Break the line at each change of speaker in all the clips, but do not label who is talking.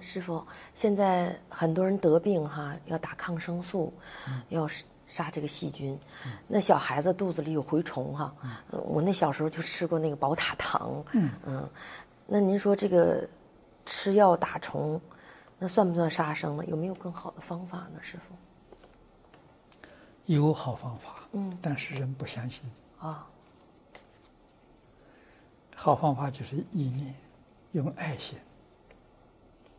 师傅，现在很多人得病哈，要打抗生素，
嗯
要杀杀这个细菌。那小孩子肚子里有蛔虫哈，
嗯
呃我那小时候就吃过那个宝塔糖。嗯那您说这个吃药打虫，那算不算杀生呢？有没有更好的方法呢，师傅？
有好方法，嗯，但是人不相信。
啊，
好方法就是意念，用爱心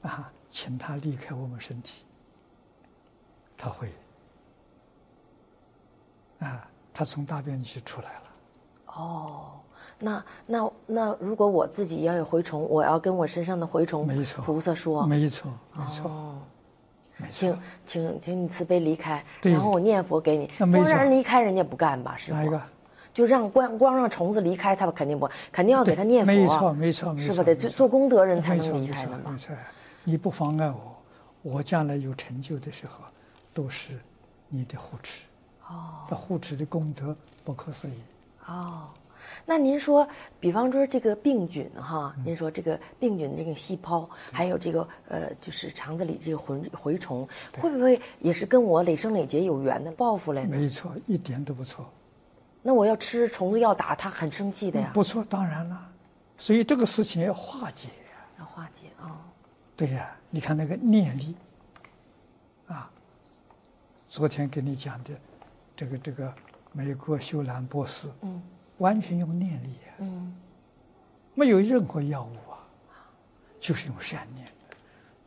啊，请他离开我们身体，他会啊，他从大便里就出来了。
那那那，如果我自己要有蛔虫，我要跟我身上的蛔虫
没错
菩萨 说，
没错，啊没错，没错。
请请请你慈悲离开，
嗯对
然后我念佛给你，
那没
光
错
让人离开人家不干吧，师傅？
哪一个？
就让光光让虫子离开，他肯定不，肯定要给
对
他念佛，
没错，没错，没
是
错，
吧？得
没
做
错
做功德，人才
没错嗯
能离
没
开
错
的嘛
没。错，哎你不妨碍我，我将来有成就的时候，都是你的护持。哦，那护持的功德不可思议。
哦，那您说，比方说这个病菌哈，
嗯
您说这个病菌的这个细胞，还有这个呃，就是肠子里这个蛔蛔虫，会不会也是跟我累生累劫有缘的报复嘞？
没错，一点都不错，
那我要吃虫子药打它，很生气的呀，
嗯不错，当然了。所以这个事情要化解呀、
要化解啊。
对呀、你看那个念力，啊，昨天给你讲的，这个这个美国修兰博士，嗯，完全用念力、啊，嗯，没有任何药物啊，就是用善念的，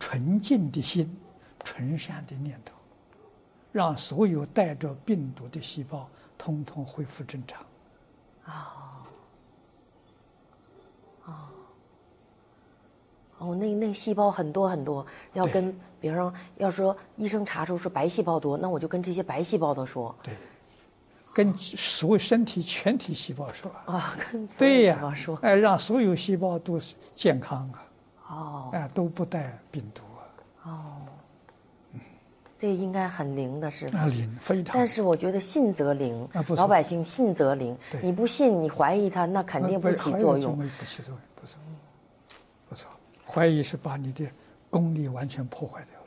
纯净的心，纯善的念头，让所有带着病毒的细胞通通恢复正常。
哦，那那个细胞很多很多，要
对
跟，比方说，要说医生查出是白细胞多，那我就跟这些白细胞的说
对，跟所有身体全体细胞说，
啊， 跟所有
对
细
呀、
胞说
哎，让所有细胞都是健康啊，
哦，
哎，都不带病毒啊，
这应该很灵的是吧？
那灵非常。
但是我觉得信则灵
啊不，错
老百姓信则灵。
对
你不信，你怀疑它，那肯
那
定
不
不起
怀疑
作
就
用。
没不起作用，不错，不错。怀疑是把你的功力完全破坏掉，